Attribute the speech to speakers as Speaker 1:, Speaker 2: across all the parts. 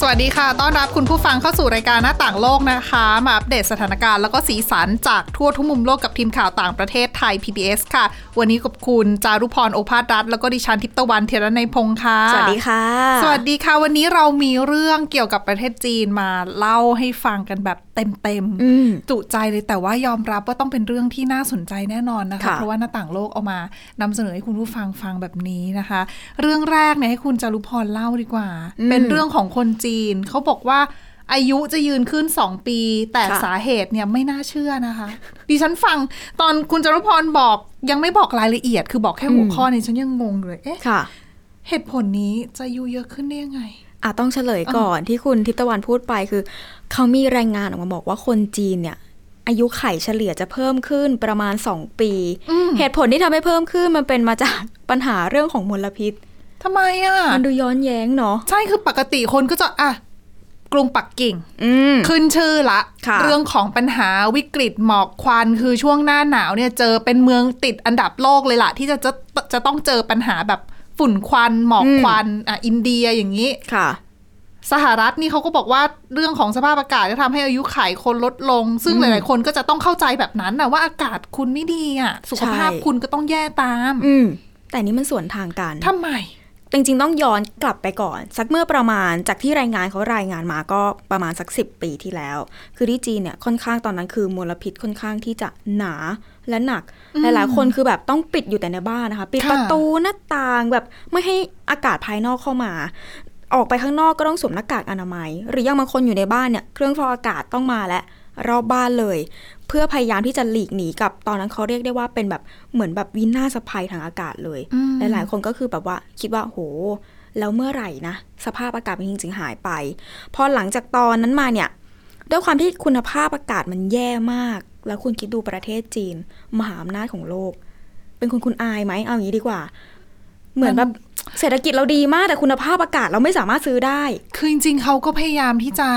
Speaker 1: สวัสดีค่ะ ต้อนรับคุณผู้ฟังเข้าสู่รายการหน้าต่างโลกนะคะ มาอัปเดตสถานการณ์แล้วก็สีสันจากทั่วทุกมุมโลกกับทีมข่าวต่างประเทศไทย PBS ค่ะ วันนี้กับคุณจารุพรโอภาสรัฐ แล้วก็ดิฉันทิพย์ตะวันเทยระในยพงค์ค่ะ
Speaker 2: สวัสดีค่ะ
Speaker 1: สวัสดีค่ะ วันนี้เรามีเรื่องเกี่ยวกับประเทศจีนมาเล่าให้ฟังกันแบบเต็ม
Speaker 2: อืม
Speaker 1: จุใจเลยแต่ว่ายอมรับว่าต้องเป็นเรื่องที่น่าสนใจแน่นอนนะคะ
Speaker 2: ค่ะ
Speaker 1: เพราะว่าหน้าต่างโลกเอามานำเสนอให้คุณผู้ฟังฟังแบบนี้นะคะ เรื่องแรกเนี่ยให้คุณจารุพรเล่าดีกว่า
Speaker 2: อืม
Speaker 1: เป็นเรื่องของคนจีนเขาบอกว่าอายุจะยืนขึ้น 2 ปี แต่
Speaker 2: ค่ะ
Speaker 1: สาเหตุเนี่ยไม่น่าเชื่อนะคะ ดิฉันฟังตอนคุณจารุพรบอกยังไม่บอกรายละเอียด คือบอกแค่หัวข้อเนี่ยฉันยังงงเลยเอ๊ะ
Speaker 2: ค่ะ
Speaker 1: เหตุผลนี้จะอายู่เยอะขึ้นได้ยังไง
Speaker 2: อ่ะต้องเฉลยก่อนที่คุณทิพย์ตะวันพูดไปคือ เขามีรายงานออกมาบอกว่าคนจีนเนี่ย อายุไขเฉลี่ยจะเพิ่มขึ้นประมาณ 2 ปี
Speaker 1: อืม
Speaker 2: เหตุผลที่ทำให้เพิ่มขึ้นมันเป็นมาจาก ปัญหาเรื่องของมลพิษ
Speaker 1: ทำไมอ่ะ
Speaker 2: มันดูย้อนแย้งเนาะ
Speaker 1: ใช่คือปกติคนก็จะอ่ะกรุงปักกิ่ง
Speaker 2: อืม
Speaker 1: ขึ้นชื่อละ
Speaker 2: ค่ะ
Speaker 1: เรื่องของปัญหาวิกฤตหมอกควันคือช่วงหน้าหนาวเนี่ยเจอเป็นเมืองติดอันดับโลกเลยล่ะ ที่จะจะจะต้องเจอปัญหาแบบฝุ่นควัน หมอกควันอ่ะอินเดียอย่างนี้
Speaker 2: ค่ะ
Speaker 1: สหรัฐนี่เขาก็บอกว่าเรื่องของสภาพอากาศจะทำให้อายุขัยคนลดลง ซึ่งหลาย ๆ คนก็จะต้องเข้าใจแบบนั้นนะว่าอากาศคุณไม่ดีอ่ะสุขภาพ
Speaker 2: ใช่
Speaker 1: คุณก็ต้องแย่ตาม
Speaker 2: อืม แต่นี่มันส่วนทางกัน
Speaker 1: ทำไม
Speaker 2: จริงๆต้องย้อนกลับไปก่อน สักเมื่อประมาณจากที่รายงานเขารายงานมาก็ประมาณสัก 10 ปีที่แล้ว คือที่จีนเนี่ยค่อนข้างตอนนั้นคือมลพิษค่อนข้างที่จะหนาและหนักหลายๆคนคือแบบต้องปิดอยู่แต่ในบ้านนะคะ ปิด
Speaker 1: ค่ะ
Speaker 2: ประตูหน้าต่างแบบไม่ให้อากาศภายนอกเข้ามา ออกไปข้างนอกก็ต้องสวมหน้ากากอนามัย หรือยังบางคนอยู่ในบ้านเนี่ยเครื่องฟอกอากาศต้องมาและรอบบ้านเลย เพื่อพยายามที่จะหลีกหนีกับตอนนั้นเขาเรียกได้ว่าเป็นแบบเหมือนแบบวินาศภัยทางอากาศเลย
Speaker 1: อืม
Speaker 2: หลายๆ คนก็คือแบบว่าคิดว่าโห แล้วเมื่อไหร่นะ สภาพอากาศมันจริงๆหายไป พอหลังจากตอนนั้นมาเนี่ย ด้วยความที่คุณภาพอากาศมันแย่มาก แล้วคุณคิดดูประเทศจีน มหาอำนาจของโลก เป็นคุณคุณอายไหมเอาอย่างนี้ดีกว่า เหมือนแบบเศรษฐกิจเราดีมากแต่คุณภาพอากาศเราไม่สามารถซื้อได้
Speaker 1: คือจริงๆ เขาก็พยายามที่จะ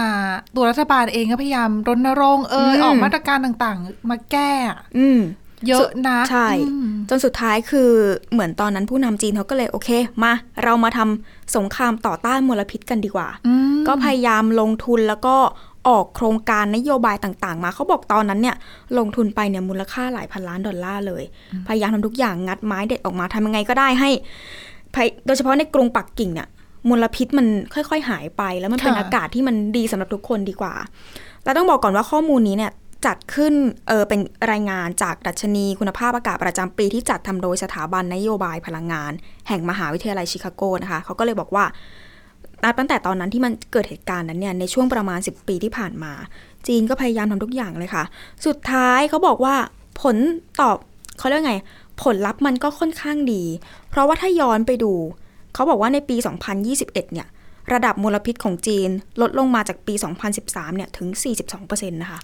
Speaker 1: ตัวรัฐบาลเองก็พยายามรณรงค์เอย
Speaker 2: อืม
Speaker 1: ออกมาตรการต่างๆ มาแก้อะ
Speaker 2: อืม
Speaker 1: เยอะนะ
Speaker 2: ใช่
Speaker 1: อืม
Speaker 2: จนสุดท้ายคือเหมือนตอนนั้นผู้นำจีนเขาก็เลยโอเค มา เรามาทำสงครามต่อต้านมลพิษกันดีกว่า
Speaker 1: อืม
Speaker 2: ก็พยายามลงทุนแล้วก็ออกโครงการนโยบายต่างๆ มาเขาบอกตอนนั้นเนี่ย ลงทุนไปเนี่ยมูลค่าหลายพันล้านดอลลาร์เลย พยายามทำทุกอย่างงัดไม้เด็ดออกมาทำยังไงก็ได้ให้พยโดยเฉพาะในกรุงปักกิ่งเนี่ยมลพิษมันค่อย ๆ หายไปแล้วมันเป็นอากาศที่มันดีสำหรับทุกคนดีกว่าแล้วต้องบอกก่อนว่าข้อมูลนี้เนี่ยจัดขึ้นเออเป็นรายงานจากดัชนีคุณภาพอากาศประจำปีที่จัดทำโดยสถาบันนโยบายพลังงาน แห่งมหาวิทยาลัยชิคาโกนะคะเขาก็เลยบอกว่า นับตั้งแต่ตอนนั้นที่มันเกิดเหตุการณ์นั้นเนี่ยในช่วงประมาณ 10 ปีที่ผ่านมา จีนก็พยายามทำทุกอย่างเลยค่ะ สุดท้ายเขาบอกว่าผลตอบเขาเรียกไง ผลลัพธ์มันก็ค่อนข้างดี เพราะว่าถ้าย้อนไปดู เขาบอกว่าในปี 2021 เนี่ย ระดับมลพิษของจีนลดลงมาจากปี 2013 เนี่ยถึง 42%นะคะ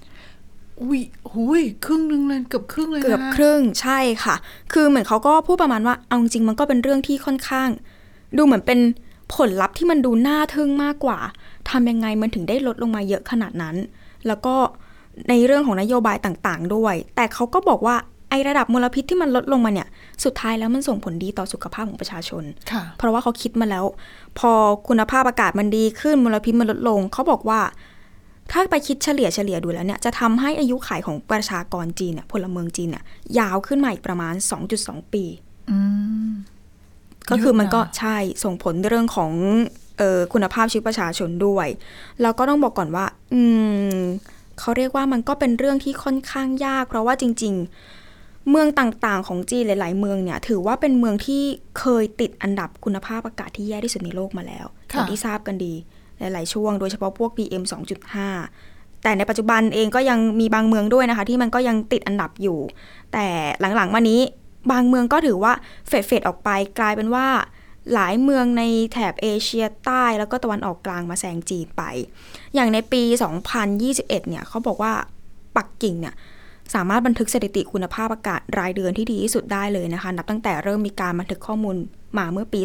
Speaker 1: อุ้ยหุยครึ่งหนึงเลยเกือบครึ่งเลยนะ
Speaker 2: เกือบครึ่งใช่ค่ะ คือเหมือนเขาก็พูดประมาณว่า เอาจริงๆมันก็เป็นเรื่องที่ค่อนข้าง ดูเหมือนเป็นผลลัพธ์ที่มันดูน่าทึ่งมากกว่าทำยังไงมันถึงได้ลดลงมาเยอะขนาดนั้น แล้วก็ในเรื่องของนโยบายต่างๆ ด้วย แต่เขาก็บอกว่าไอระดับมลพิษที่มันลดลงมาเนี่ย สุดท้ายแล้วมันส่งผลดีต่อสุขภาพของประชาชน
Speaker 1: ค่ะ
Speaker 2: เพราะว่าเขาคิดมาแล้ว พอคุณภาพอากาศมันดีขึ้นมลพิษมันลดลง เขาบอกว่า ถ้าไปคิดเฉลี่ยเฉลี่ยดูแล้วเนี่ยจะทำให้อายุขัยของประชากรจีนเนี่ยพลเมืองจีนเนี่ยยาวขึ้นมาอีกประมาณ 2.2 ปี
Speaker 1: อืม
Speaker 2: ก็คือมันก็
Speaker 1: เยอะนะ
Speaker 2: ใช่ส่งผลเรื่องของเอ่อคุณภาพชีวิตประชาชนด้วย แล้วก็ต้องบอกก่อนว่า อืมเขาเรียกว่ามันก็เป็นเรื่องที่ค่อนข้างยาก เพราะว่าจริง ๆ เมืองต่างๆ ของจีนหลาย ๆ เมืองเนี่ยถือว่าเป็นเมืองที่เคยติดอันดับคุณภาพอากาศที่แย่ที่สุดในโลกมาแล้วอ
Speaker 1: ค่ะ
Speaker 2: ย่างที่ทราบกันดี หลาย ๆ ช่วง โดยเฉพาะพวก PM 2.5 แต่ในปัจจุบันเองก็ยังมีบางเมืองด้วยนะคะ ที่มันก็ยังติดอันดับอยู่ แต่หลังๆ มานี้บางเมืองก็ถือว่าเฟดเฟดออกไปกลายเป็นว่า หลายเมืองในแถบเอเชียใต้แล้วก็ตะวันออกกลางมาแซงจีนไป อย่างในปี 2021 เนี่ยเขาบอกว่าปักกิ่งเนี่ยสามารถบันทึกสถิติคุณภาพอากาศรายเดือนที่ดีที่สุดได้เลยนะคะ นับตั้งแต่เริ่มมีการบันทึกข้อมูลมาเมื่อปี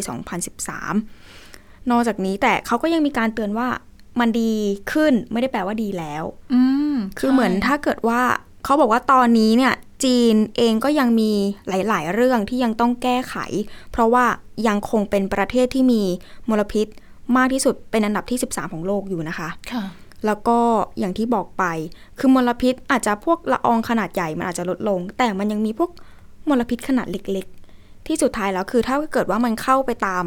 Speaker 2: 2013 นอกจากนี้แต่เขาก็ยังมีการเตือนว่ามันดีขึ้นไม่ได้แปลว่าดีแล้ว
Speaker 1: อืม
Speaker 2: คือเหมือนถ้าเกิดว่าเขาบอกว่าตอนนี้เนี่ยจีนเองก็ยังมีหลาย ๆ เรื่องที่ยังต้องแก้ไข เพราะว่ายังคงเป็นประเทศที่มีมลพิษมากที่สุดเป็นอันดับที่ 13 ของโลกอยู่นะคะ
Speaker 1: ค่ะ
Speaker 2: แล้วก็อย่างที่บอกไปคือมลพิษอาจจะพวกละอองขนาดใหญ่มันอาจจะลดลง แต่มันยังมีพวกมลพิษขนาดเล็ก ๆ ที่สุดท้ายแล้วคือถ้าเกิดว่ามันเข้าไปตาม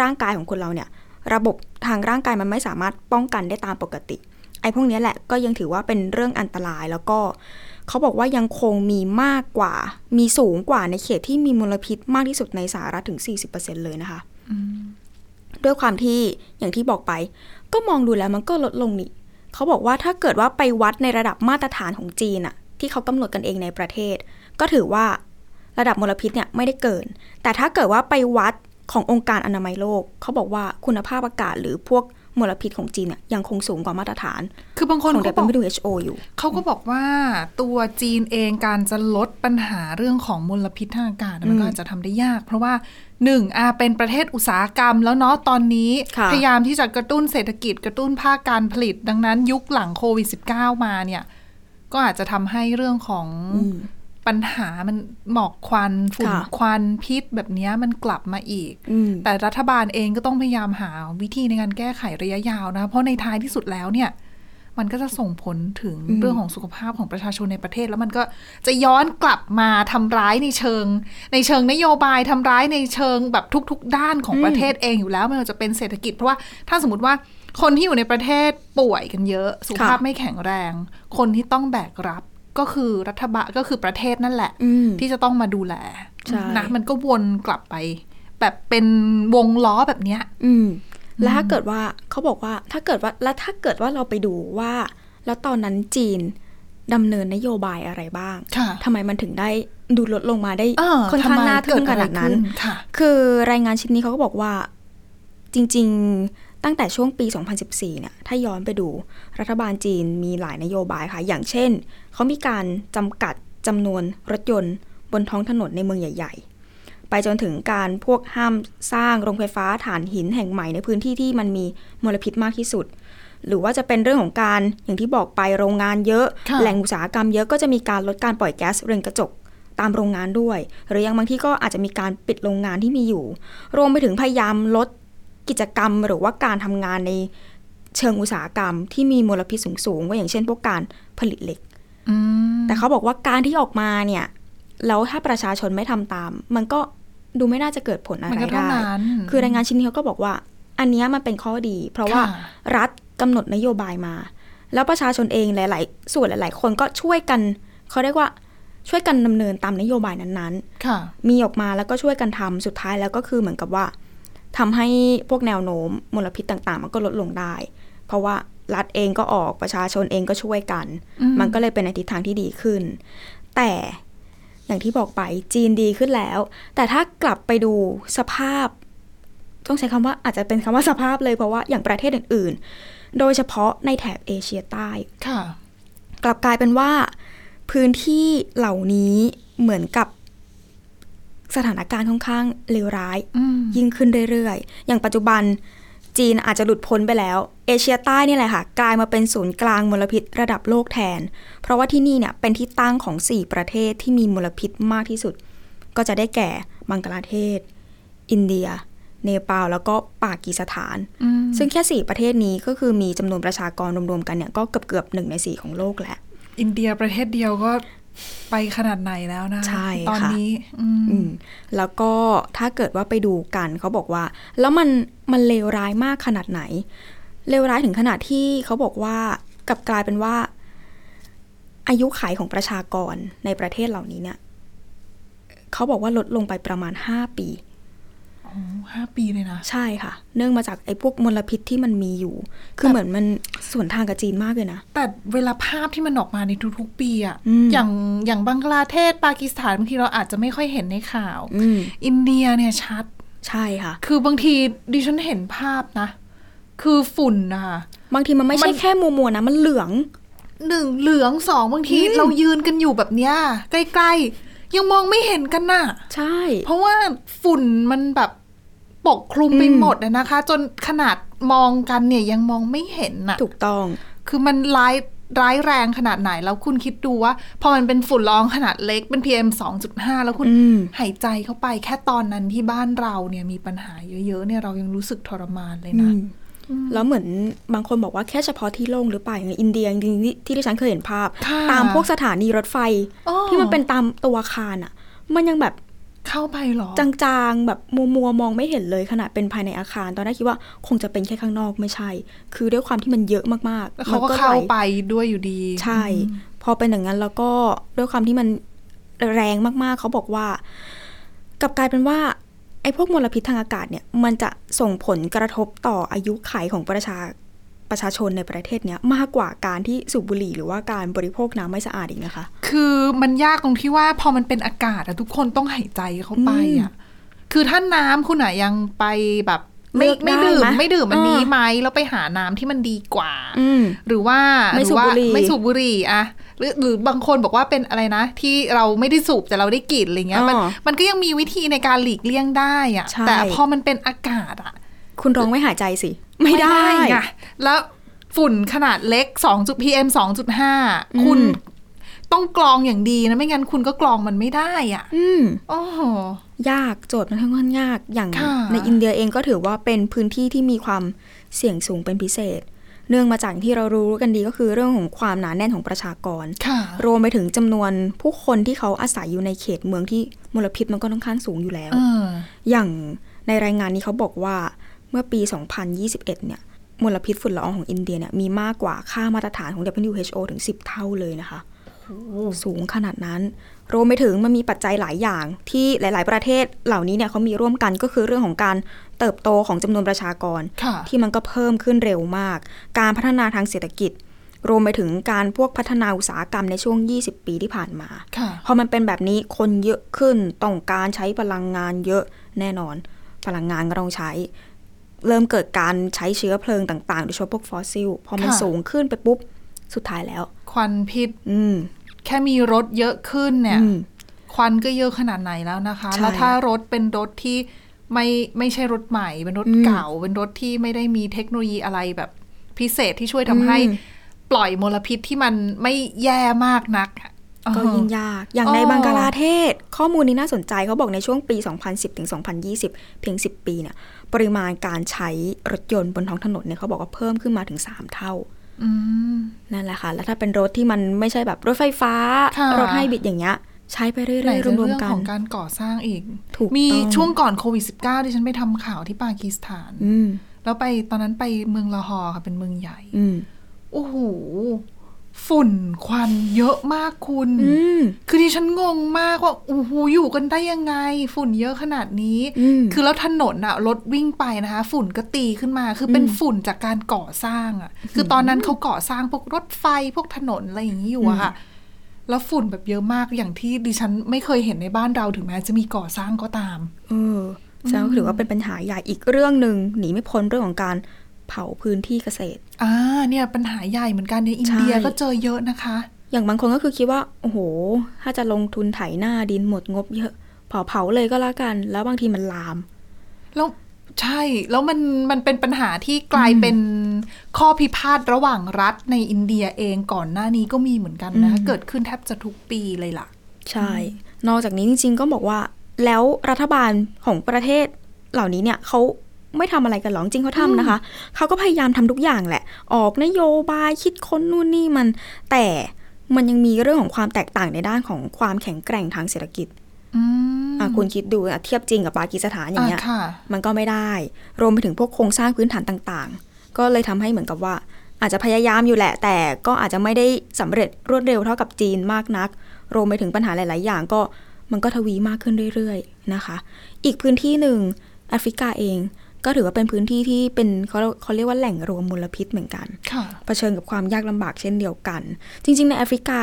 Speaker 2: ร่างกายของคนเราเนี่ย ระบบทางร่างกายมันไม่สามารถป้องกันได้ตามปกติ ไอ้พวกเนี้ยแหละก็ยังถือว่าเป็นเรื่องอันตรายแล้วก็ เขาบอกว่ายังคงมีมากกว่า มีสูงกว่าในเขตที่มีมลพิษมากที่สุดในสหรัฐถึง 40%เลยนะคะด้วยความที่อย่างที่บอกไป ก็มองดูแล้วมันก็ลดลงนี่ เขาบอกว่าถ้าเกิดว่าไปวัดในระดับมาตรฐานของจีนอะที่เขากำหนดกันเองในประเทศ ก็ถือว่าระดับมลพิษเนี่ยไม่ได้เกิน แต่ถ้าเกิดว่าไปวัดขององค์การอนามัยโลก เขาบอกว่าคุณภาพอากาศหรือพวกมลพิษของจีนเนี่ยยังคงสูงกว่ามาตรฐาน
Speaker 1: คือบางคน
Speaker 2: ของ
Speaker 1: เขาบอก
Speaker 2: WHO อยู่
Speaker 1: เขาก็บอกว่าตัวจีนเองการจะลดปัญหาเรื่องของมลพิษทางอากาศมันก็อาจจะทำได้ยาก เพราะว่าหนึ่งอาเป็นประเทศอุตสาหกรรมแล้วเนาะตอนนี้
Speaker 2: ค่ะ
Speaker 1: พยายามที่จะกระตุ้นเศรษฐกิจกระตุ้นภาคการผลิต ดังนั้นยุคหลังโควิด -19 มาเนี่ย ก็อาจจะทำให้เรื่องของปัญหามันหมอกควันฝุ่น
Speaker 2: ค่ะ
Speaker 1: ควันพิษแบบเนี้ยมันกลับมาอีก
Speaker 2: อืม
Speaker 1: แต่รัฐบาลเองก็ต้องพยายามหาวิธีในการแก้ไขระยะยาวนะ เพราะในท้ายที่สุดแล้วเนี่ย มันก็จะส่งผลถึงเรื่องของสุขภาพของประชาชนในประเทศ แล้วมันก็จะย้อนกลับมาทำร้ายในเชิง ในเชิงนโยบายทำร้ายในเชิงแบบทุก ๆ ด้านของประเทศเองอยู่แล้วไม่ว่าจะเป็นเศรษฐกิจ เพราะว่าถ้าสมมติว่าคนที่อยู่ในประเทศป่วยกันเยอะ สุขภาพ
Speaker 2: ค่ะ
Speaker 1: ไม่แข็งแรง คนที่ต้องแบกรับก็คือรัฐบาลก็คือประเทศนั่นแหละ
Speaker 2: อืม
Speaker 1: ที่จะต้องมาดูแล
Speaker 2: ใช่
Speaker 1: นะมันก็วนกลับไป แบบเป็นวงล้อแบบเนี้ย
Speaker 2: อืมแล้วถ้าเกิดว่าเขาบอกว่าถ้าเกิดว่าแล้วถ้าเกิดว่าเราไปดูว่า แล้วตอนนั้นจีนดำเนินนโยบายอะไรบ้าง
Speaker 1: ค่ะ
Speaker 2: ทำไมมันถึงได้ดูลดลงมาได้
Speaker 1: เออ
Speaker 2: ค่อนข้าง
Speaker 1: ทำไม
Speaker 2: น่าทึ่ง
Speaker 1: เกิด
Speaker 2: ข
Speaker 1: อะไร
Speaker 2: นาดนั้น
Speaker 1: ขึ้นค่ะ
Speaker 2: คือรายงานชิ้นนี้เขาก็บอกว่าจริงๆตั้งแต่ช่วงปี 2014 เนี่ย ถ้าย้อนไปดูรัฐบาลจีนมีหลายนโยบายค่ะ อย่างเช่น เขามีการจำกัดจำนวนรถยนต์บนท้องถนนในเมืองใหญ่ ๆ ไปจนถึงการพวกห้ามสร้างโรงไฟฟ้าถ่านหินแห่งใหม่ในพื้นที่ที่มันมีมลพิษมากที่สุด หรือว่าจะเป็นเรื่องของการอย่างที่บอกไปโรงงานเยอะ
Speaker 1: ค่ะ
Speaker 2: แหล่งอุตสาหกรรมเยอะก็จะมีการลดการปล่อยแก๊สเรือนกระจกตามโรงงานด้วย หรือยังบางที่ก็อาจจะมีการปิดโรงงานที่มีอยู่ รวมไปถึงพยายามลดกิจกรรมหรือว่าการทำงานในเชิงอุตสาหกรรมที่มีมลพิษสูงๆก็อย่างเช่น พวกการผลิตเหล็ก
Speaker 1: อืม
Speaker 2: แต่เขาบอกว่าการที่ออกมาเนี่ยแล้วถ้าประชาชนไม่ทำตาม มันก็ดูไม่น่าจะเกิดผลอะไร
Speaker 1: มันก็เท่า
Speaker 2: ได้
Speaker 1: นั้น
Speaker 2: คือรายงานชิ้นนี้เขาก็บอกว่า อันเนี้ยมันเป็นข้อดี เพราะว่า
Speaker 1: ค่
Speaker 2: รัฐกำหนดนโยบายมา แล้วประชาชนเองหลาย ๆ ส่วนหลาย ๆ คนก็ช่วยกัน เขาเรียกว่าช่วยกันดำเนินตามนโยบายนั้นๆ
Speaker 1: ค่ะ
Speaker 2: มีออกมาแล้วก็ช่วยกันทำสุดท้ายแล้วก็คือเหมือนกับว่าทำให้พวกแนวโน้มมลพิษต่างๆ มันก็ลดลงได้ เพราะว่ารัฐเองก็ออกประชาชนเองก็ช่วยกัน
Speaker 1: อืม
Speaker 2: มันก็เลยเป็นในทิศทางที่ดีขึ้น แต่อย่างที่บอกไปจีนดีขึ้นแล้ว แต่ถ้ากลับไปดูสภาพ ต้องใช้คำว่าอาจจะเป็นคำว่าสภาพเลยเพราะว่าอย่างประเทศอื่นๆ โดยเฉพาะในแถบเอเชียใต้
Speaker 1: ค่ะ
Speaker 2: กลับกลายเป็นว่าพื้นที่เหล่านี้เหมือนกับสถานการณ์ค่อนข้างเลวร้าย
Speaker 1: อืม
Speaker 2: ยิ่งขึ้นเรื่อยๆ อย่างปัจจุบันจีนอาจจะหลุดพ้นไปแล้ว เอเชียใต้เนี่ยแหละค่ะ กลายมาเป็นศูนย์กลางมลพิษระดับโลกแทน เพราะว่าที่นี่เนี่ยเป็นที่ตั้งของ 4 ประเทศที่มีมลพิษมากที่สุด ก็จะได้แก่บังกลาเทศ อินเดีย เนปาลแล้วก็ปากีสถาน
Speaker 1: อืม
Speaker 2: ซึ่งแค่ 4 ประเทศนี้ก็คือมีจำนวนประชากรรวมๆกันเนี่ยก็เกือบเกือบๆหนึ่งในสี่ของโลกแหละ
Speaker 1: อินเดียประเทศเดียวก็ไปขนาดไหนแล้วนะ
Speaker 2: ใช่
Speaker 1: ตอน
Speaker 2: ค่ะ
Speaker 1: นี้อืม
Speaker 2: อืมแล้วก็ถ้าเกิดว่าไปดูกันเขาบอกว่า แล้วมันมันเลวร้ายมากขนาดไหน เลวร้ายถึงขนาดที่เขาบอกว่ากลับกลายเป็นว่า อายุขัยของประชากรในประเทศเหล่านี้เนี่ยเขาบอกว่าลดลงไปประมาณ 5 ปี
Speaker 1: โอ้โหห้าปีเลยนะ
Speaker 2: ใช่ค่ะ เนื่องมาจากไอ้พวกมลพิษที่มันมีอยู่ คือเหมือนมันสวนทางกับจีนมากเลยนะ
Speaker 1: แต่เวลาภาพที่มันออกมาในทุกๆ ปีอะ
Speaker 2: อืม
Speaker 1: อย่างอย่างบังกลาเทศปากีสถานบางทีเราอาจจะไม่ค่อยเห็นในข่าว
Speaker 2: อืม
Speaker 1: อินเดียเนี่ยชัด
Speaker 2: ใช่ค่ะ
Speaker 1: คือบางทีดิฉันเห็นภาพนะ คือฝุ่นนะคะ
Speaker 2: บางทีมันไม่
Speaker 1: มั
Speaker 2: ใช่
Speaker 1: น
Speaker 2: แค่มัวมัวๆนะมันเหลือง
Speaker 1: หนึ่งเหลืองสองบางทีเรายืนกันอยู่แบบเนี้ยใกล้ๆ ยังมองไม่เห็นกันน่ะ
Speaker 2: ใช่
Speaker 1: เพราะว่าฝุ่นมันแบบ ปกคลุมไป
Speaker 2: อืม
Speaker 1: หมดอะนะคะ จนขนาดมองกันเนี่ยยังมองไม่เห็นน่ะ
Speaker 2: ถูกต้อง
Speaker 1: คือมันร้ายร้ายแรงขนาดไหนแล้วคุณคิดดูว่า พอมันเป็นฝุ่นละอองขนาดเล็กเป็น PM 2.5 แล้วคุณ
Speaker 2: อืม
Speaker 1: หายใจเข้าไปแค่ตอนนั้นที่บ้านเราเนี่ยมีปัญหาเยอะๆเนี่ยเรายังรู้สึกทรมานเลยนะ
Speaker 2: แล้วเหมือนบางคนบอกว่าแค่เฉพาะที่โล่งหรือเปล่าอย่างอินเดียจริงๆที่ที่ดิฉันเคยเห็นภาพ
Speaker 1: ค่ะ
Speaker 2: ตามพวกสถานีรถไฟ
Speaker 1: อ้อ
Speaker 2: ที่มันเป็นตามตัวอาคารอ่ะ มันยังแบบ
Speaker 1: เข้าไปเหรอ
Speaker 2: จางๆ แบบมัวๆมองไม่เห็นเลยขนาดเป็นภายในอาคาร ตอนแรกคิดว่าคงจะเป็นแค่ข้างนอกไม่ใช่ คือด้วยความที่มันเยอะมาก
Speaker 1: แล้ว
Speaker 2: ๆ
Speaker 1: เขาก็
Speaker 2: มัน
Speaker 1: เข้า
Speaker 2: หล
Speaker 1: ไปด้วยอยู่ดี
Speaker 2: ใช่ พอเป็นอย่างนั้นแล้วก็ด้วยความที่มันแรงมากๆ เขาบอกว่ากลับกลายเป็นว่าไอ้พวกมลพิษทางอากาศเนี่ย มันจะส่งผลกระทบต่ออายุขัยของประชาประชาชนในประเทศเนี้ยมากกว่าการที่สูบบุหรี่หรือว่าการบริโภคน้ำไม่สะอาดอีกนะคะ
Speaker 1: คือมันยากตรงที่ว่าพอมันเป็นอากาศอะทุกคนต้องหายใจเข้าไปอะคือถ้าน้ำคุณอะยังไปแบบ ไม่
Speaker 2: เลือ
Speaker 1: ไม่ดื่ม
Speaker 2: กได้ไหม
Speaker 1: ไม่ดื่มอันนี้
Speaker 2: อ่า
Speaker 1: ไหมแล้วไปหาน้ำที่มันดีกว่า
Speaker 2: อืม
Speaker 1: หรือว่า
Speaker 2: ไม่
Speaker 1: ห
Speaker 2: สู
Speaker 1: รื
Speaker 2: บ
Speaker 1: ว่า
Speaker 2: บุหรี่
Speaker 1: ไม่สูบบุหรี่อะหรือหรือบางคนบอกว่าเป็นอะไรนะ ที่เราไม่ได้สูบแต่เราได้กลิ่นอะไรเงี้ยมัน
Speaker 2: อ๋อ
Speaker 1: มันก็ยังมีวิธีในการหลีกเลี่ยงได้อะ
Speaker 2: ใช่
Speaker 1: แต่พอมันเป็นอากาศอะ
Speaker 2: คุณร้องไม่หายใจสิ ไม่ได้
Speaker 1: ไงแล้วฝุ่นขนาดเล็ก2จุด PM 2.5 คุณต้องกรองอย่างดีนะ ไม่งั้นคุณก็กรองมันไม่ได้อ่ะ
Speaker 2: อืม
Speaker 1: โอ้โห
Speaker 2: ยากโจทย์มันค่อนข้างยากอย่าง
Speaker 1: ค่ะ
Speaker 2: ในอินเดียเองก็ถือว่าเป็นพื้นที่ที่มีความเสี่ยงสูงเป็นพิเศษ เนื่องมาจากที่เรารู้กันดีก็คือเรื่องของความหนาแน่นของประชากร
Speaker 1: ค่ะ
Speaker 2: รวมไปถึงจำนวนผู้คนที่เขาอาศัยอยู่ในเขตเมืองที่มลพิษมันก็ค่อนข้างสูงอยู่แล้ว
Speaker 1: เออ
Speaker 2: อย่างในรายงานนี้เขาบอกว่าเมื่อปี 2021 เนี่ยมลพิษฝุ่นละอองของอินเดียเนี่ยมีมากกว่าค่ามาตรฐานของ WHO ถึง 10 เท่าเลยนะคะ สูงขนาดนั้น รวมไปถึงมันมีปัจจัยหลายอย่างที่หลาย ๆ ประเทศเหล่านี้เนี่ยเขามีร่วมกันก็คือเรื่องของการเติบโตของจำนวนประชากร
Speaker 1: ค่ะ
Speaker 2: ที่มันก็เพิ่มขึ้นเร็วมาก การพัฒนาทางเศรษฐกิจ รวมไปถึงการพวกพัฒนาอุตสาหกรรมในช่วง 20 ปีที่ผ่านมา
Speaker 1: ค่ะ
Speaker 2: พอมันเป็นแบบนี้คนเยอะขึ้นต้องการใช้พลังงานเยอะแน่นอน พลังงานก็ต้องใช้ เริ่มเกิดการใช้เชื้อเพลิงต่างๆโดยเฉพาะพวกฟอสซิลพอมัน
Speaker 1: ค่ะ
Speaker 2: สูงขึ้นไปปุ๊บ สุดท้ายแล้ว
Speaker 1: ควันพิษ
Speaker 2: อืม
Speaker 1: แค่มีรถเยอะขึ้นเนี่ย
Speaker 2: อืม
Speaker 1: ควันก็เยอะขนาดไหนแล้วนะคะ
Speaker 2: ใช่
Speaker 1: แล้วถ้ารถเป็นรถที่ไม่ไม่ใช่รถใหม่ เป็นรถ
Speaker 2: อืม
Speaker 1: เก่า เป็นรถที่ไม่ได้มีเทคโนโลยีอะไรแบบพิเศษที่ช่วยทำให้
Speaker 2: อืม
Speaker 1: ปล่อยมลพิษที่มันไม่แย่มากนักอะ
Speaker 2: ก็ยิ่งยาก อย่างใน
Speaker 1: อ๋อ
Speaker 2: บังกลาเทศ ข้อมูลนี้น่าสนใจเขาบอกในช่วงปี 2010 ถึง 2020 เพียง 10 ปีเนี่ย ปริมาณการใช้รถยนต์บนท้องถนนเนี่ยเขาบอกว่าเพิ่มขึ้นมาถึง 3 เท่า
Speaker 1: อืม
Speaker 2: นั่นแหละค่ะ แล้วถ้าเป็นรถที่มันไม่ใช่แบบรถไฟฟ้า
Speaker 1: ค่ะ
Speaker 2: รถไฮบริดอย่างเงี้ย ใช้ไปเรื่
Speaker 1: ไหน
Speaker 2: อยๆ
Speaker 1: จะ
Speaker 2: รวม
Speaker 1: เรื่อง
Speaker 2: ๆกั
Speaker 1: ข
Speaker 2: น
Speaker 1: องการก่อสร้างอีก
Speaker 2: ถูก
Speaker 1: มี
Speaker 2: ต้อง
Speaker 1: ช่วงก่อนโควิด -19 ที่ฉันไปทำข่าวที่ปากีสถาน
Speaker 2: อืม
Speaker 1: แล้วไปตอนนั้นไปเมืองลาฮอร์ค่ะเป็นเมืองใหญ่
Speaker 2: อืม
Speaker 1: โอ้โห ฝุ่นควันเยอะมากคุณ
Speaker 2: อืม
Speaker 1: คือดิฉันงงมากว่าโอ้โหอยู่กันได้ยังไง ฝุ่นเยอะขนาดนี้
Speaker 2: อืม
Speaker 1: คือแล้วถนนอะรถวิ่งไปนะคะ ฝุ่นก็ตีขึ้นมา คือเป็นฝุ่นจากการก่อสร้างอะคือตอนนั้นเขาก่อสร้างพวกรถไฟพวกถนนอะไรอย่างนี้อยู่อะค่ะ แล้วฝุ่นแบบเยอะมากอย่างที่ดิฉันไม่เคยเห็นในบ้านเราถึงแม้จะมีก่อสร้างก็ตาม
Speaker 2: เออแสดงว่าถือว่าเป็นปัญหาใหญ่อีกเรื่องหนึ่งหนีไม่พ้นเรื่องของการเผาพื้นที่เกษตร
Speaker 1: อ่าเนี่ยปัญหาใหญ่เหมือนกันในอินเดีย
Speaker 2: ใช่
Speaker 1: ก็เจอเยอะนะคะ
Speaker 2: อย่างบางคนก็คือคิดว่า โอ้โห ถ้าจะลงทุนไถหน้าดินหมดงบเยอะเผาเผาเลยก็แล้วกัน แล้วบางทีมันลาม
Speaker 1: แล้วใช่แล้วมันมันเป็นปัญหาที่กลายเป็นข้อพิพาทระหว่างรัฐในอินเดียเองก่อนหน้านี้ก็มีเหมือนกันนะ เกิดขึ้นแทบจะทุกปีเลยล่ะ
Speaker 2: ใช่ นอกจากนี้จริงๆ ก็บอกว่า แล้วรัฐบาลของประเทศเหล่านี้เนี่ยเขาไม่ทำอะไรกันหรอกจริงเขาทำนะคะ เขาก็พยายามทำทุกอย่างแหละ ออกนโยบายคิดค้นนู่นนี่มัน แต่มันยังมีเรื่องของความแตกต่างในด้านของความแข็งแกร่งทางเศรษฐกิจ
Speaker 1: อืม
Speaker 2: อ่ะคุณคิดดูอ่ะเทียบจีนกับปากีสถานอย่างเงี้ย
Speaker 1: ะค่ะ
Speaker 2: มันก็ไม่ได้ รวมไปถึงพวกโครงสร้างพื้นฐานต่างๆ ก็เลยทำให้เหมือนกับว่า อาจจะพยายามอยู่แหละ แต่ก็อาจจะไม่ได้สำเร็จรวดเร็วเท่ากับจีนมากนัก รวมไปถึงปัญหาหลาย ๆ อย่างก็มันก็ทวีมากขึ้นเรื่อย ๆ นะคะ อีกพื้นที่หนึ่งแอฟริกาเอง ก็ถือว่าเป็นพื้นที่ที่เป็นเขาเขาเรียกว่าแหล่งรวมมลพิษเหมือนกัน
Speaker 1: ค่ะ
Speaker 2: เผชิญกับความยากลำบากเช่นเดียวกัน จริง ๆ ในแอฟริกา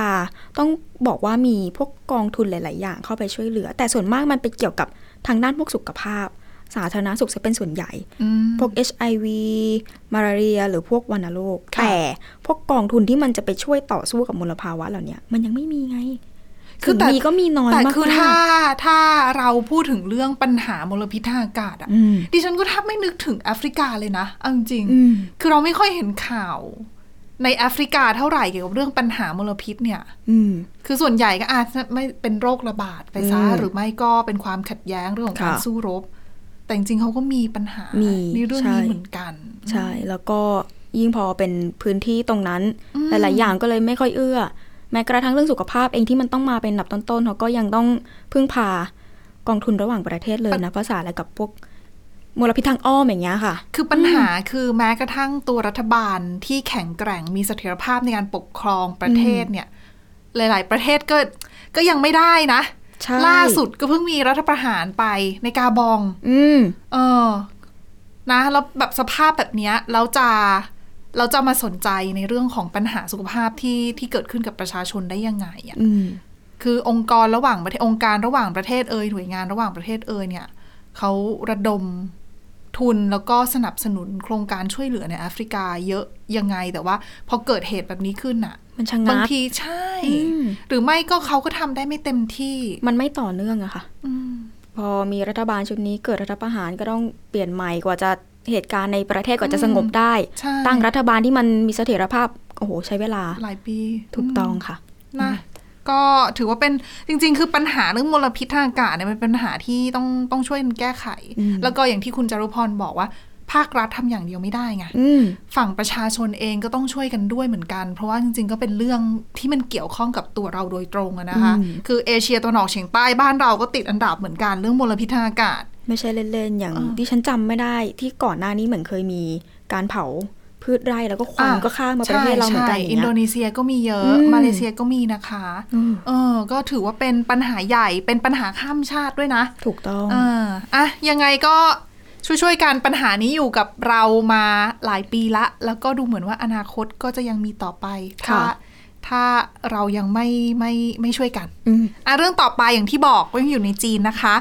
Speaker 2: ต้องบอกว่ามีพวกกองทุนหลาย ๆ อย่างเข้าไปช่วยเหลือ แต่ส่วนมากมันไปเกี่ยวกับทางด้านพวกสุขภาพ สาธารณสุขจะเป็นส่วนใหญ่
Speaker 1: อืม
Speaker 2: พวก HIV มาลาเรีย หรือพวกวัณโรค
Speaker 1: ค่ะ
Speaker 2: แต่พวกกองทุนที่มันจะไปช่วยต่อสู้กับมลภาวะเหล่าเนี้ยมันยังไม่มีไง ถึง
Speaker 1: แต่
Speaker 2: มีก็มีน้อย
Speaker 1: แต่
Speaker 2: มาก
Speaker 1: คือ
Speaker 2: ๆ
Speaker 1: ถ้าถ้าเราพูดถึงเรื่องปัญหามลพิษทางอากาศอะ
Speaker 2: อืม
Speaker 1: ดิฉันก็แทบไม่นึกถึงแอฟริกาเลยนะเอาจริงๆ
Speaker 2: อืม
Speaker 1: คือเราไม่ค่อยเห็นข่าว ในแอฟริกาเท่าไหร่เกี่ยวกับเรื่องปัญหามลพิษเนี่ย
Speaker 2: อืม
Speaker 1: คือส่วนใหญ่ก็อาจจะไม่เป็นโรคระบาดไปซะ
Speaker 2: อืม
Speaker 1: หรือไม่ก็เป็นความขัดแย้งเรื่องของการ
Speaker 2: ค่ะ
Speaker 1: สู้รบ แต่จริงๆเขาก็มีปัญหา
Speaker 2: มี
Speaker 1: ในเรื่องนี้
Speaker 2: ใช่
Speaker 1: เหมือนกัน
Speaker 2: ใช่ แล้วก็ยิ่งพอเป็นพื้นที่ตรงนั้น หลาย ๆ อย่างก็เลยไม่ค่อยเอื้อ แม้กระทั่งเรื่องสุขภาพเองที่มันต้องมาเป็นอันดับต้น ๆเขาก็ยังต้องพึ่งพากองทุนระหว่างประเทศเลยนะภาษาอะไรกับพวกมลพิษทางอ้อมอย่างเงี้ยค่ะ
Speaker 1: คือปัญหาคือแม้กระทั่งตัวรัฐบาลที่แข็งแกร่งมีเสถียรภาพในการปกครองประเทศเนี่ย หลาย ๆ ประเทศก็ก็ยังไม่ได้นะ
Speaker 2: ใช่
Speaker 1: ล่าสุดก็เพิ่งมีรัฐประหารไปในกาบอง
Speaker 2: อืม
Speaker 1: เออ นะ แล้วแบบสภาพแบบเนี้ยเราจะ เราจะมาสนใจในเรื่องของปัญหาสุขภาพที่ที่เกิดขึ้นกับประชาชนได้ยังไงอะ
Speaker 2: อืม
Speaker 1: คือองค์กรระหว่างประเทศองค์การระหว่างประเทศเอ่ยหน่วยงานระหว่างประเทศเอ่ยเนี่ยเขาระดมทุนแล้วก็สนับสนุนโครงการช่วยเหลือในแอฟริกาเยอะยังไง แต่ว่าพอเกิดเหตุแบบนี้ขึ้นอะ
Speaker 2: มันชะ
Speaker 1: บาง
Speaker 2: งัก
Speaker 1: ทีใช่
Speaker 2: อืม
Speaker 1: หรือไม่ก็เขาก็ทำได้ไม่เต็มที่
Speaker 2: มันไม่ต่อเนื่องอะค่ะ
Speaker 1: อืม
Speaker 2: พอมีรัฐบาลชุดนี้เกิดรัฐประหารก็ต้องเปลี่ยนใหม่กว่าจะเหตุการณ์ในประเทศกว่าจะสงบได้
Speaker 1: ใช่
Speaker 2: ตั้งรัฐบาลที่มันมีเสถียรภาพ โอ้โห ใช้เวลา
Speaker 1: หลายปี
Speaker 2: ถูก
Speaker 1: ม
Speaker 2: ต้องค่ะ
Speaker 1: นะก็ถือว่าเป็นจริง ๆ คือปัญหาเรื่องมลพิษทางอากาศเนี่ยมันเป็นปัญหาที่ต้องต้องช่วยกันแก้ไข
Speaker 2: อืม
Speaker 1: แล้วก็อย่างที่คุณจารุพรบอกว่า ภาครัฐทำอย่างเดียวไม่ได้ไง
Speaker 2: อืม
Speaker 1: ฝั่งประชาชนเองก็ต้องช่วยกันด้วยเหมือนกัน เพราะว่าจริง ๆ ก็เป็นเรื่องที่มันเกี่ยวข้องกับตัวเราโดยตรงอะนะคะ
Speaker 2: อืม
Speaker 1: คือเอเชียตะวันออกเฉียงใต้บ้านเราก็ติดอันดับเหมือนกันเรื่องมลพิษทางอากาศ
Speaker 2: ไม่ใช่เล่น ๆ อย่าง
Speaker 1: อ่า
Speaker 2: ที่ฉันจำไม่ได้ที่ก่อนหน้านี้เหมือนเคยมีการเผาพืชไร่แล้วก็ควัน
Speaker 1: อ่า
Speaker 2: ก็ข้ามมาประเทศเราเหมือนกัน
Speaker 1: ใช่
Speaker 2: อย่าง
Speaker 1: อิน
Speaker 2: เงี้
Speaker 1: โด
Speaker 2: ย
Speaker 1: นีเซียก็มีเยอะ
Speaker 2: อืม
Speaker 1: มาเลเซียก็มีนะคะ
Speaker 2: อืม
Speaker 1: เออ ก็ถือว่าเป็นปัญหาใหญ่เป็นปัญหาข้ามชาติด้วยนะ
Speaker 2: ถูกต้อง
Speaker 1: อ่าอ่ะ ยังไงก็ช่วยๆกันปัญหานี้อยู่กับเรามาหลายปีละ แล้วก็ดูเหมือนว่าอนาคตก็จะยังมีต่อไป ถ้า
Speaker 2: ค่ะ
Speaker 1: ถ้าเรายังไม่ไม่ไม่ช่วยกัน
Speaker 2: อืม
Speaker 1: อ่ะเรื่องต่อไปอย่างที่บอกว่ายังอยู่ในจีนนะคะ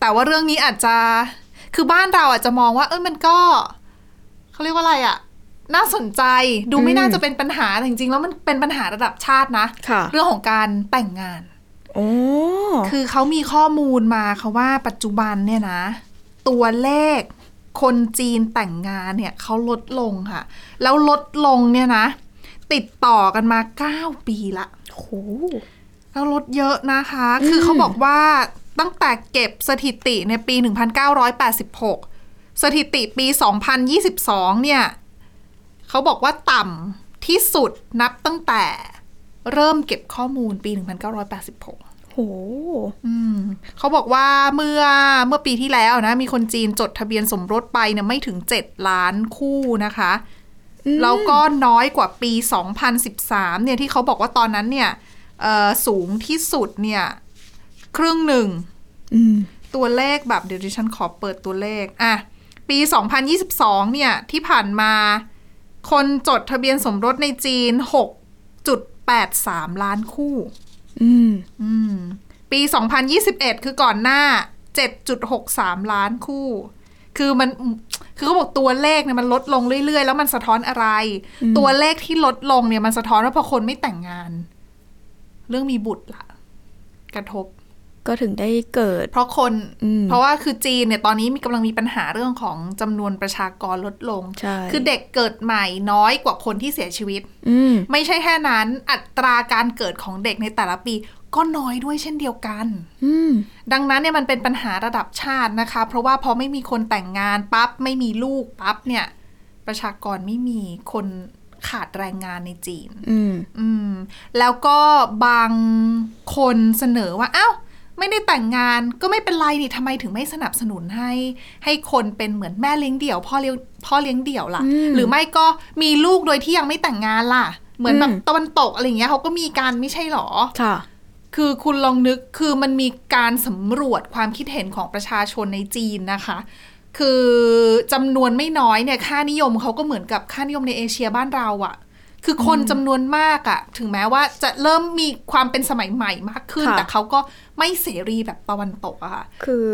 Speaker 1: แต่ว่าเรื่องนี้อาจจะคือบ้านเราอาจจะมองว่า เออมันก็เขาเรียกว่าอะไรอะน่าสนใจดูไม่
Speaker 2: อืม
Speaker 1: น่าจะเป็นปัญหาแต่จริงๆแล้วมันเป็นปัญหาระดับชาตินะ
Speaker 2: ค่ะ
Speaker 1: เรื่องของการแต่งงาน
Speaker 2: โอ้
Speaker 1: คือเขามีข้อมูลมาค่ะว่าปัจจุบันเนี่ยนะ ตัวเลขคนจีนแต่งงานเนี่ยเขาลดลงค่ะ แล้วลดลงเนี่ยนะ ติดต่อกันมา 9 ปีละ
Speaker 2: โห
Speaker 1: แล้วลดเยอะนะคะ คือเขาบอกว่าตั้งแต่เก็บสถิติในปี 1986 สถิติปี 2022 เนี่ยเขาบอกว่าต่ำที่สุดนับตั้งแต่เริ่มเก็บข้อมูลปี 1986
Speaker 2: โห
Speaker 1: อืมเขาบอกว่าเมื่อเมื่อปีที่แล้วนะ มีคนจีนจดทะเบียนสมรสไปเนี่ยไม่ถึง 7 ล้านคู่นะคะ
Speaker 2: อืม
Speaker 1: แล้วก็น้อยกว่าปี 2013 เนี่ยที่เขาบอกว่าตอนนั้นเนี่ยเอ่อสูงที่สุดเนี่ย ครึ่งหนึ่ง
Speaker 2: อืม
Speaker 1: ตัวเลขแบบเดี๋ยวดิฉันขอเปิดตัวเลขอ่ะปี 2022 เนี่ย ที่ผ่านมา คนจดทะเบียนสมรสในจีน 6.83 ล้านคู่
Speaker 2: อืม
Speaker 1: อืม ปี 2021 คือก่อนหน้า 7.63 ล้านคู่ คือมัน คือเขาบอกตัวเลขเนี่ยมันลดลงเรื่อย ๆ แล้วมันสะท้อนอะไร ตัวเลขที่ลดลงเนี่ยมันสะท้อนว่าพอคนไม่แต่งงาน เรื่องมีบุตรละกระทบ
Speaker 2: ก็ถึงได้เกิด
Speaker 1: เพราะคน
Speaker 2: อืม
Speaker 1: เพราะว่าคือจีนเนี่ยตอนนี้มีกำลังมีปัญหาเรื่องของจำนวนประชากรลดลง
Speaker 2: ใช่
Speaker 1: คือเด็กเกิดใหม่น้อยกว่าคนที่เสียชีวิต
Speaker 2: อืม
Speaker 1: ไม่ใช่แค่นั้น อัตราการเกิดของเด็กในแต่ละปี ก็น้อยด้วยเช่นเดียวกัน
Speaker 2: อืม
Speaker 1: ดังนั้นเนี่ยมันเป็นปัญหาระดับชาตินะคะ เพราะว่าพอไม่มีคนแต่งงานปั๊บไม่มีลูกปั๊บเนี่ย ประชากรไม่มีคนขาดแรงงานในจีน
Speaker 2: อืม
Speaker 1: อืม แล้วก็บางคนเสนอว่าอ้าวไม่ได้แต่งงานก็ไม่เป็นไรนี่ทำไมถึงไม่สนับสนุนให้ ให้คนเป็นเหมือนแม่เลี้ยงเดี่ยวพ่อเลี้ยงพ่อเลี้ยงเดี่ยวล่ะ
Speaker 2: อืม
Speaker 1: หรือไม่ก็มีลูกโดยที่ยังไม่แต่งงานล่ะ เหมือนแบบ
Speaker 2: อืม
Speaker 1: ตะวันตกอะไรอย่างเงี้ยเขาก็มีการไม่ใช่หรอ
Speaker 2: ค่ะ
Speaker 1: คือคุณลองนึกคือมันมีการสำรวจความคิดเห็นของประชาชนในจีนนะคะ คือจำนวนไม่น้อยเนี่ยค่านิยมเขาก็เหมือนกับค่านิยมในเอเชียบ้านเราอะคือคนจำนวนมากอะถึงแม้ว่าจะเริ่มมีความเป็นสมัยใหม่มากขึ้น
Speaker 2: ค่ะ
Speaker 1: แต่เขาก็ไม่เสรีแบบตะวันตกอะค่ะ
Speaker 2: คือ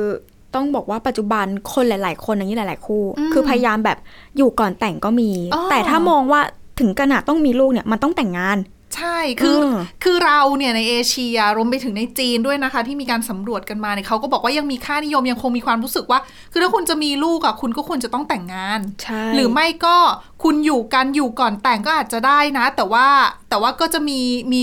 Speaker 2: ต้องบอกว่าปัจจุบันคนหลาย ๆ คนอย่างนี้หลาย ๆ คู่
Speaker 1: อืม
Speaker 2: คือพยายามแบบอยู่ก่อนแต่งก็มี
Speaker 1: อ๋อ
Speaker 2: แต่ถ้ามองว่าถึงขนาดต้องมีลูกเนี่ยมันต้องแต่งงาน
Speaker 1: ใช่คือ
Speaker 2: เออ
Speaker 1: คือเราเนี่ยในเอเชียรวมไปถึงในจีนด้วยนะคะ ที่มีการสำรวจกันมาเนี่ยเขาก็บอกว่ายังมีค่านิยมยังคงมีความรู้สึกว่า คือถ้าคุณจะมีลูกอ่ะคุณก็ควรจะต้องแต่งงาน
Speaker 2: ใช่
Speaker 1: หรือไม่ก็คุณอยู่กันอยู่ก่อนแต่งก็อาจจะได้นะ แต่ว่าแต่ว่าก็จะมีมี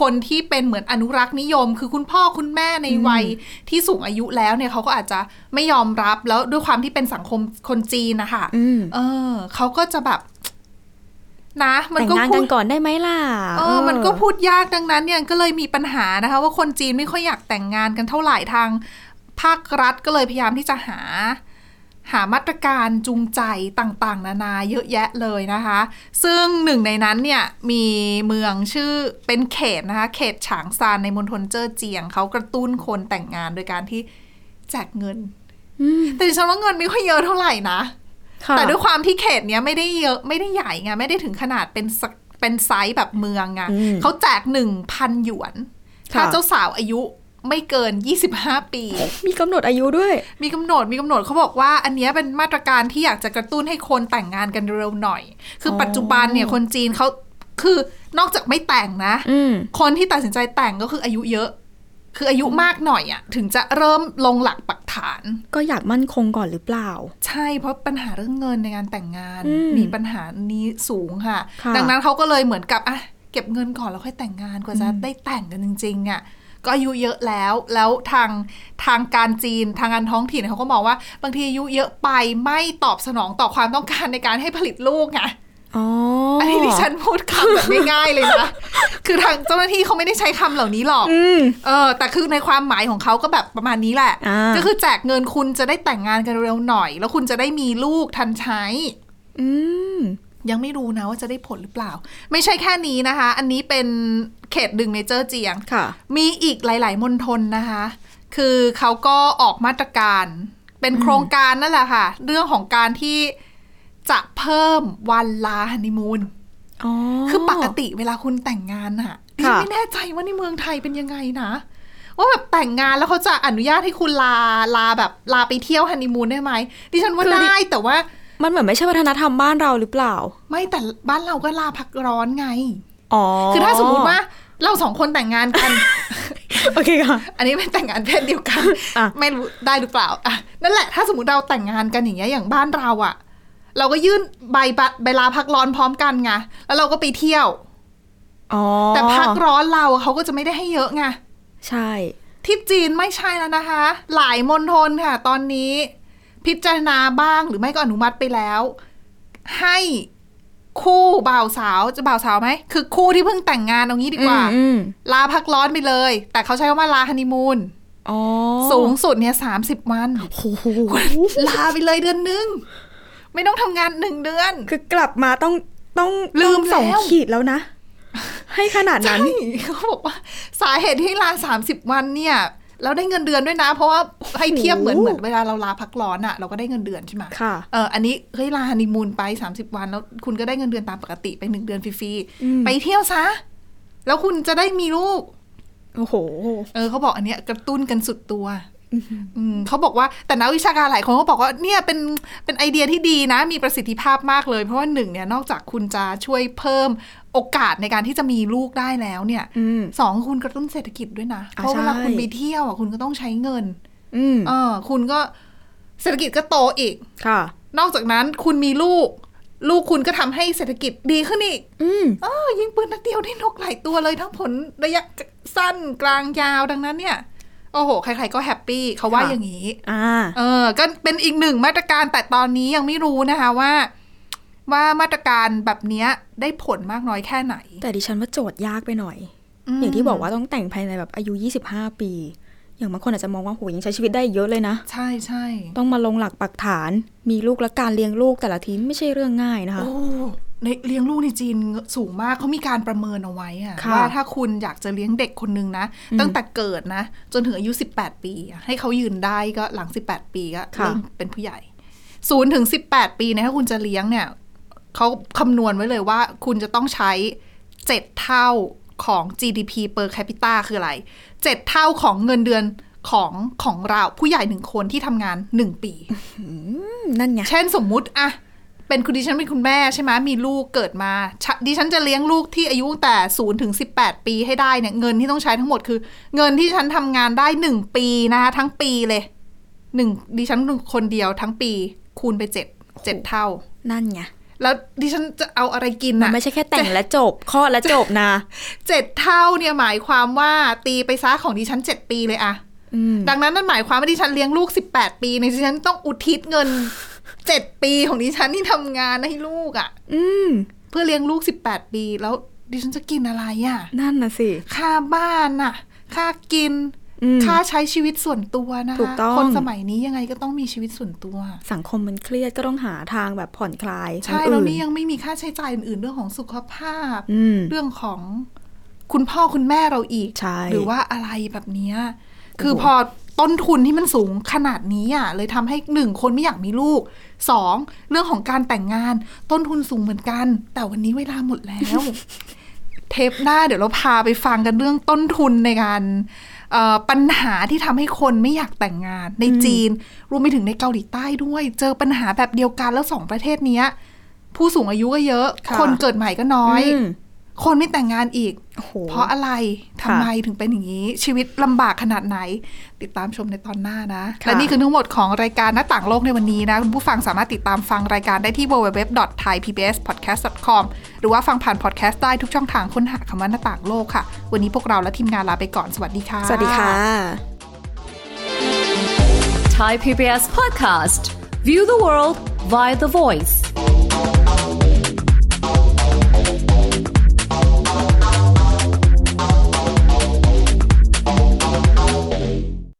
Speaker 1: คนที่เป็นเหมือนอนุรักษ์นิยม คือคุณพ่อคุณแม่ในวัยที่สูงอายุแล้วเนี่ยเขาก็อาจจะไม่ยอมรับแล้วด้วยความที่เป็นสังคมคนจีนนะคะ
Speaker 2: อืม
Speaker 1: เออเขาก็จะแบบ นะ มัน
Speaker 2: แต่ง
Speaker 1: ก็
Speaker 2: งาน
Speaker 1: พู
Speaker 2: กั
Speaker 1: ด
Speaker 2: นก่อนได้ไหมล่ะ
Speaker 1: เออ มันก็พูดยากดังนั้นเนี่ยก็เลยมีปัญหานะคะ ว่าคนจีนไม่ค่อยอยากแต่งงานกันเท่าไหร่ทาง ภาครัฐก็เลยพยายามที่จะหา หามาตรการจูงใจต่างๆ นานาเยอะแยะเลยนะคะ ซึ่งหนึ่งในนั้นเนี่ยมีเมืองชื่อเป็นเขตนะคะเขตฉางซานในมณฑลเจ้อเจียง เขากระตุ้นคนแต่งงานโดยการที่แจกเงิน
Speaker 2: อืม
Speaker 1: แต่ดิฉันว่าเงินไม่ค่อยเยอะเท่าไหร่นะ
Speaker 2: ค่ะ
Speaker 1: แต่ด้วยความที่เขตเนี้ยไม่ได้เยอะไม่ได้ใหญ่ไงไม่ได้ถึงขนาดเป็นสักเป็นไซส์แบบเมืองไง
Speaker 2: อืม
Speaker 1: เขาแจกหนึ่งพันหยวน ถ้า
Speaker 2: ค่ะ
Speaker 1: เจ้าสาวอายุไม่เกิน 25 ปี
Speaker 2: มีกำหนดอายุด้วย
Speaker 1: มีกำหนดมีกำหนดเขาบอกว่า อันเนี้ยเป็นมาตรการที่อยากจะกระตุ้นให้คนแต่งงานกันเร็วหน่อย คืออ
Speaker 2: อ
Speaker 1: ปัจจุบันเนี่ยคนจีนเขาคือนอกจากไม่แต่งนะ
Speaker 2: อืม
Speaker 1: คนที่ตัดสินใจแต่งก็คืออายุเยอะ คืออายุมากหน่อยอะถึงจะเริ่มลงหลักปักฐาน
Speaker 2: ก็อยากมั่นคงก่อนหรือเปล่า
Speaker 1: ใช่เพราะปัญหาเรื่องเงินในการแต่งงาน
Speaker 2: อืม
Speaker 1: มีปัญหานี้สูงค่ะ
Speaker 2: ค่ะ
Speaker 1: ดังนั้นเขาก็เลยเหมือนกับอ่ะเก็บเงินก่อนแล้วค่อยแต่งงานกว่าจะได้แต่งกันจริงๆอ่ะก็อายุเยอะแล้วแล้วทางทางการจีนทางการท้องถิ่นเขาก็มองว่า บางทีอายุเยอะไปไม่ตอบสนองต่อความต้องการในการให้ผลิตลูกไง
Speaker 2: อ๋อ
Speaker 1: อั
Speaker 2: อั
Speaker 1: นนี้ดิฉันพูดคำแบบง่ายๆเลยนะ คือทางเจ้าหน้าที่เขาไม่ได้ใช้คำเหล่านี้หรอก
Speaker 2: อืม
Speaker 1: เออแต่คือในความหมายของเขาก็แบบประมาณนี้แหละ
Speaker 2: อ่า
Speaker 1: ก็คือแจกเงินคุณจะได้แต่งงานกันเร็วหน่อย แล้วคุณจะได้มีลูกทันใช้
Speaker 2: อืม
Speaker 1: ยังไม่รู้นะว่าจะได้ผลหรือเปล่า ไม่ใช่แค่นี้นะคะ อันนี้เป็นเขตดึงในเจอเจียง
Speaker 2: ค่ะ
Speaker 1: มีอีกหลาย ๆมณฑลนะคะ คือเขาก็ออกมาตรการ เป็นโครงการนั่นแหละค่ะ เรื่องของการที่จะเพิ่มวันลาฮันนีมูน
Speaker 2: อ๋อ
Speaker 1: คือปกติเวลาคุณแต่งงานอะดิฉัน
Speaker 2: ค่ะ
Speaker 1: ไม่แน่ใจว่าในเมืองไทยเป็นยังไงนะว่าแบบแต่งงานแล้วเขาจะอนุญาตให้คุณลาลาแบบลาไปเที่ยวฮันนีมูนได้ไหมดิฉันว่าได้แต่ว่า
Speaker 2: มันเหมือนไม่ใช่วัฒนธรรมบ้านเราหรือเปล่า
Speaker 1: ไม่แต่บ้านเราก็ลาพักร้อนไง
Speaker 2: อ๋อ
Speaker 1: คือถ้าสมมติว่าเราสองคนแต่งงาน กัน
Speaker 2: โอเคค่ะ
Speaker 1: อันนี้เป็นแต่งงานเพศเดียวกัน
Speaker 2: อ่ะ
Speaker 1: ไม่รู้ได้หรือเปล่าอ่ะนั่นแหละถ้าสมมติเราแต่งงานกันอย่างเงี้ยอย่างบ้านเราอะเราก็ยื่นใบบัตรใบลาพักร้อนพร้อมกันไงแล้วเราก็ไปเที่ยว
Speaker 2: อ๋อ
Speaker 1: แต่พักร้อนเราเขาก็จะไม่ได้ให้เยอะไง
Speaker 2: ใช่
Speaker 1: ที่จีนไม่ใช่แล้วนะคะ หลายมณฑลค่ะ ตอนนี้ พิจารณาบ้างหรือไม่ก็อนุมัติไปแล้ว ให้คู่บ่าวสาวจะบ่าวสาวไหมคือคู่ที่เพิ่งแต่งงานเอางี้ดีกว่า
Speaker 2: อืม
Speaker 1: ลาพักร้อนไปเลย แต่เขาใช้คำว่าลาฮันนีมูน
Speaker 2: ๆอ๋อ
Speaker 1: สูงสุดเนี่ยสามสิบวัน
Speaker 2: โอ้โห
Speaker 1: ลาไปเลยเดือนหนึง ไม่ต้องทำงานหนึ่งเดือน
Speaker 2: คือกลับมาต้องต้อง
Speaker 1: ลืม
Speaker 2: ต้องสอง
Speaker 1: แล้ว
Speaker 2: ขีดแล้วนะ ให้ขนาดนั้น
Speaker 1: ใช่เขาบอกว่าสาเหตุที่ลาสามสิบวันเนี่ยแล้วได้เงินเดือนด้วยนะ เพราะว่าให้เทียบเหมือน
Speaker 2: โอ้
Speaker 1: เห
Speaker 2: โห
Speaker 1: มือนเวลาเราลาพักร้อนอะเราก็ได้เงินเดือนใช่ไหม
Speaker 2: ค่ะ
Speaker 1: เอออันนี้เฮ้ยลาฮันนีมูนไป 30 วันแล้วคุณก็ได้เงินเดือนตามปกติไปหนึ่งเดือนฟรี
Speaker 2: อืม
Speaker 1: ๆไปเที่ยวซะ แล้วคุณจะได้มีลูก
Speaker 2: โอ้โห
Speaker 1: เออเขาบอกอันเนี้ยกระตุ้นกันสุดตัวอืมเขาบอกว่าแต่นักวิชาการหลายคนก็บอกว่าเนี่ยเป็นเป็นไอเดียที่ดีนะ มีประสิทธิภาพมากเลย เพราะว่าหนึ่งเนี่ยนอกจากคุณจะช่วยเพิ่มโอกาสในการที่จะมีลูกได้แล้วเนี่ย
Speaker 2: อืม
Speaker 1: สองคุณกระตุ้นเศรษฐกิจด้วยนะ
Speaker 2: อ่ะ
Speaker 1: เพราะเวลา
Speaker 2: ใช่
Speaker 1: คุณไปเที่ยวอ่ะคุณก็ต้องใช้เงิน
Speaker 2: อืม
Speaker 1: เออคุณก็เศรษฐกิจก็โตอีก
Speaker 2: ค่ะ
Speaker 1: นอกจากนั้นคุณมีลูก ลูกคุณก็ทำให้เศรษฐกิจดีขึ้นอีก
Speaker 2: อืม
Speaker 1: เออยิงปืนนัดเดียวได้นกหลายตัวเลยทั้งผลระยะสั้นกลางยาวดังนั้นเนี่ย โอ้โห ใครๆก็แฮปปี้เขาว่า
Speaker 2: ค่ะ
Speaker 1: อย่างนี้
Speaker 2: อ่า
Speaker 1: เออก็เป็นอีกหนึ่งมาตรการแต่ตอนนี้ยังไม่รู้นะคะว่า ว่ามาตรการแบบเนี้ยได้ผลมากน้อยแค่ไหน
Speaker 2: แต่ดิฉันว่าโจทย์ยากไปหน่อย
Speaker 1: ม
Speaker 2: อย่างที่บอกว่าต้องแต่งภายในแบบอายุ 25 ปี อย่างบางคนอาจจะมองว่าโหยังใช้ชีวิตได้เยอะเลยนะ
Speaker 1: ใช่ใช่
Speaker 2: ต้องมาลงหลักปักฐาน มีลูกและการเลี้ยงลูกแต่ละทีไม่ใช่เรื่องง่ายนะคะ
Speaker 1: โอ้ในเลี้ยงลูกในจีนสูงมากเขามีการประเมินเอาไว้อะ
Speaker 2: ค่ะ
Speaker 1: ว่าถ้าคุณอยากจะเลี้ยงเด็กคนนึงนะ
Speaker 2: อืม
Speaker 1: ตั้งแต่เกิดนะ จนถึงอายุ 18 ปีอะให้เขายืนได้ก็หลัง 18 ปีก็
Speaker 2: ค่ะ
Speaker 1: เริ่มเป็นผู้ใหญ่ ศูนย์ถึงสิบแปดปีเนี่ยถ้าคุณจะเลี้ยงเนี่ยเขาคำนวณไว้เลยว่า คุณจะต้องใช้เจ็ดเท่าของ GDP per capita คืออะไรเจ็ดเท่าของเงินเดือนของของเราผู้ใหญ่หนึ่งคนที่ทำงานหนึ่งปี
Speaker 2: อืมนั่นไง
Speaker 1: เช่นสมมุติอะ เป็นคุณดิฉันเป็นคุณแม่ใช่ไหมมีลูกเกิดมาฉะดิฉันจะเลี้ยงลูกที่อายุตั้งแต่ศูนย์ถึงสิบแปดปีให้ได้เนี่ยเงินที่ต้องใช้ทั้งหมดคือ เงินที่ฉันทำงานได้หนึ่งปีนะคะทั้งปีเลยหนึ่งดิฉันคนเดียวทั้งปี คูณไปเจ็ดเจ็ดเท่า
Speaker 2: นั่นไง
Speaker 1: แล้วดิฉันจะเอาอะไรกิน
Speaker 2: มัน
Speaker 1: อะ
Speaker 2: ไม่ใช่แค่แต่งและจบ ข้อดและจบนะ
Speaker 1: เจ็ดเท่าเนี่ยหมายความว่าตีไปซะของดิฉันเจ็ดปีเลยอะ
Speaker 2: อืม
Speaker 1: ดังนั้นนั่นหมายความว่าดิฉันเลี้ยงลูก 18 ปีในยดิฉันต้องอุทิศเงิน 7 ปีของดิฉันที่ทำงานให้ลูกอะ่ะ
Speaker 2: อืม
Speaker 1: เพื่อเลี้ยงลูก 18 ปี แล้วดิฉันจะกินอะไรอะ่ะ
Speaker 2: นั่นน่ะสิ
Speaker 1: ค่าบ้านน่ะ ค่ากิน
Speaker 2: อืม
Speaker 1: ค่าใช้ชีวิตส่วนตัวนะคะ
Speaker 2: ถูกต้อง
Speaker 1: คนสมัยนี้ยังไงก็ต้องมีชีวิตส่วนตัว
Speaker 2: สังคมมันเครียดก็ต้องหาทางแบบผ่อนคลาย
Speaker 1: ใช่
Speaker 2: ทาง
Speaker 1: แล้ว
Speaker 2: อื่
Speaker 1: นี่ยังไม่มีค่าใช้จ่ายอื่นๆเรื่องของสุขภาพ
Speaker 2: อืม
Speaker 1: เรื่องของคุณพ่อคุณแม่เราอีก
Speaker 2: ใช่
Speaker 1: หรือว่าอะไรแบบเนี้ย
Speaker 2: โอ้โห
Speaker 1: คือพอต้นทุนที่มันสูงขนาดนี้อ่ะเลยทำให้หนึ่งคนไม่อยากมีลูกสองเรื่องของการแต่งงาน ต้นทุนสูงเหมือนกัน แต่วันนี้เวลาหมดแล้ว เทปหน้าเดี๋ยวเราพาไปฟังกันเรื่องต้นทุนในการเอ่อปัญหาที่ทำให้คนไม่อยากแต่งงานในจีน รวมไปถึงในเกาหลีใต้ด้วย เจอปัญหาแบบเดียวกันแล้วสองประเทศเนี้ย ผู้สูงอายุก็เยอะ
Speaker 2: ค่ะ
Speaker 1: คนเกิดใหม่ก็น้อย
Speaker 2: ม
Speaker 1: คนไม่แต่งงานอีก
Speaker 2: โอ้โห
Speaker 1: เพราะอะไร ทำ
Speaker 2: ค่ะ
Speaker 1: ไมถึงเป็นอย่างนี้ ชีวิตลำบากขนาดไหน ติดตามชมในตอนหน้านะ
Speaker 2: ค่ะ
Speaker 1: และนี่คือทั้งหมดของรายการหน้าต่างโลกในวันนี้นะ คุณผู้ฟังสามารถติดตามฟังรายการได้ที่ www.thaipbspodcast.com หรือว่าฟังผ่านพอดแคสต์ได้ทุกช่องทางค้นหาคำว่าหน้าต่างโลกค่ะ วันนี้พวกเราและทีมงานลาไปก่อน สวัสดีค่ะ
Speaker 2: สวัสดีค่ะ
Speaker 3: Thai PBS podcast. View the world via the voice.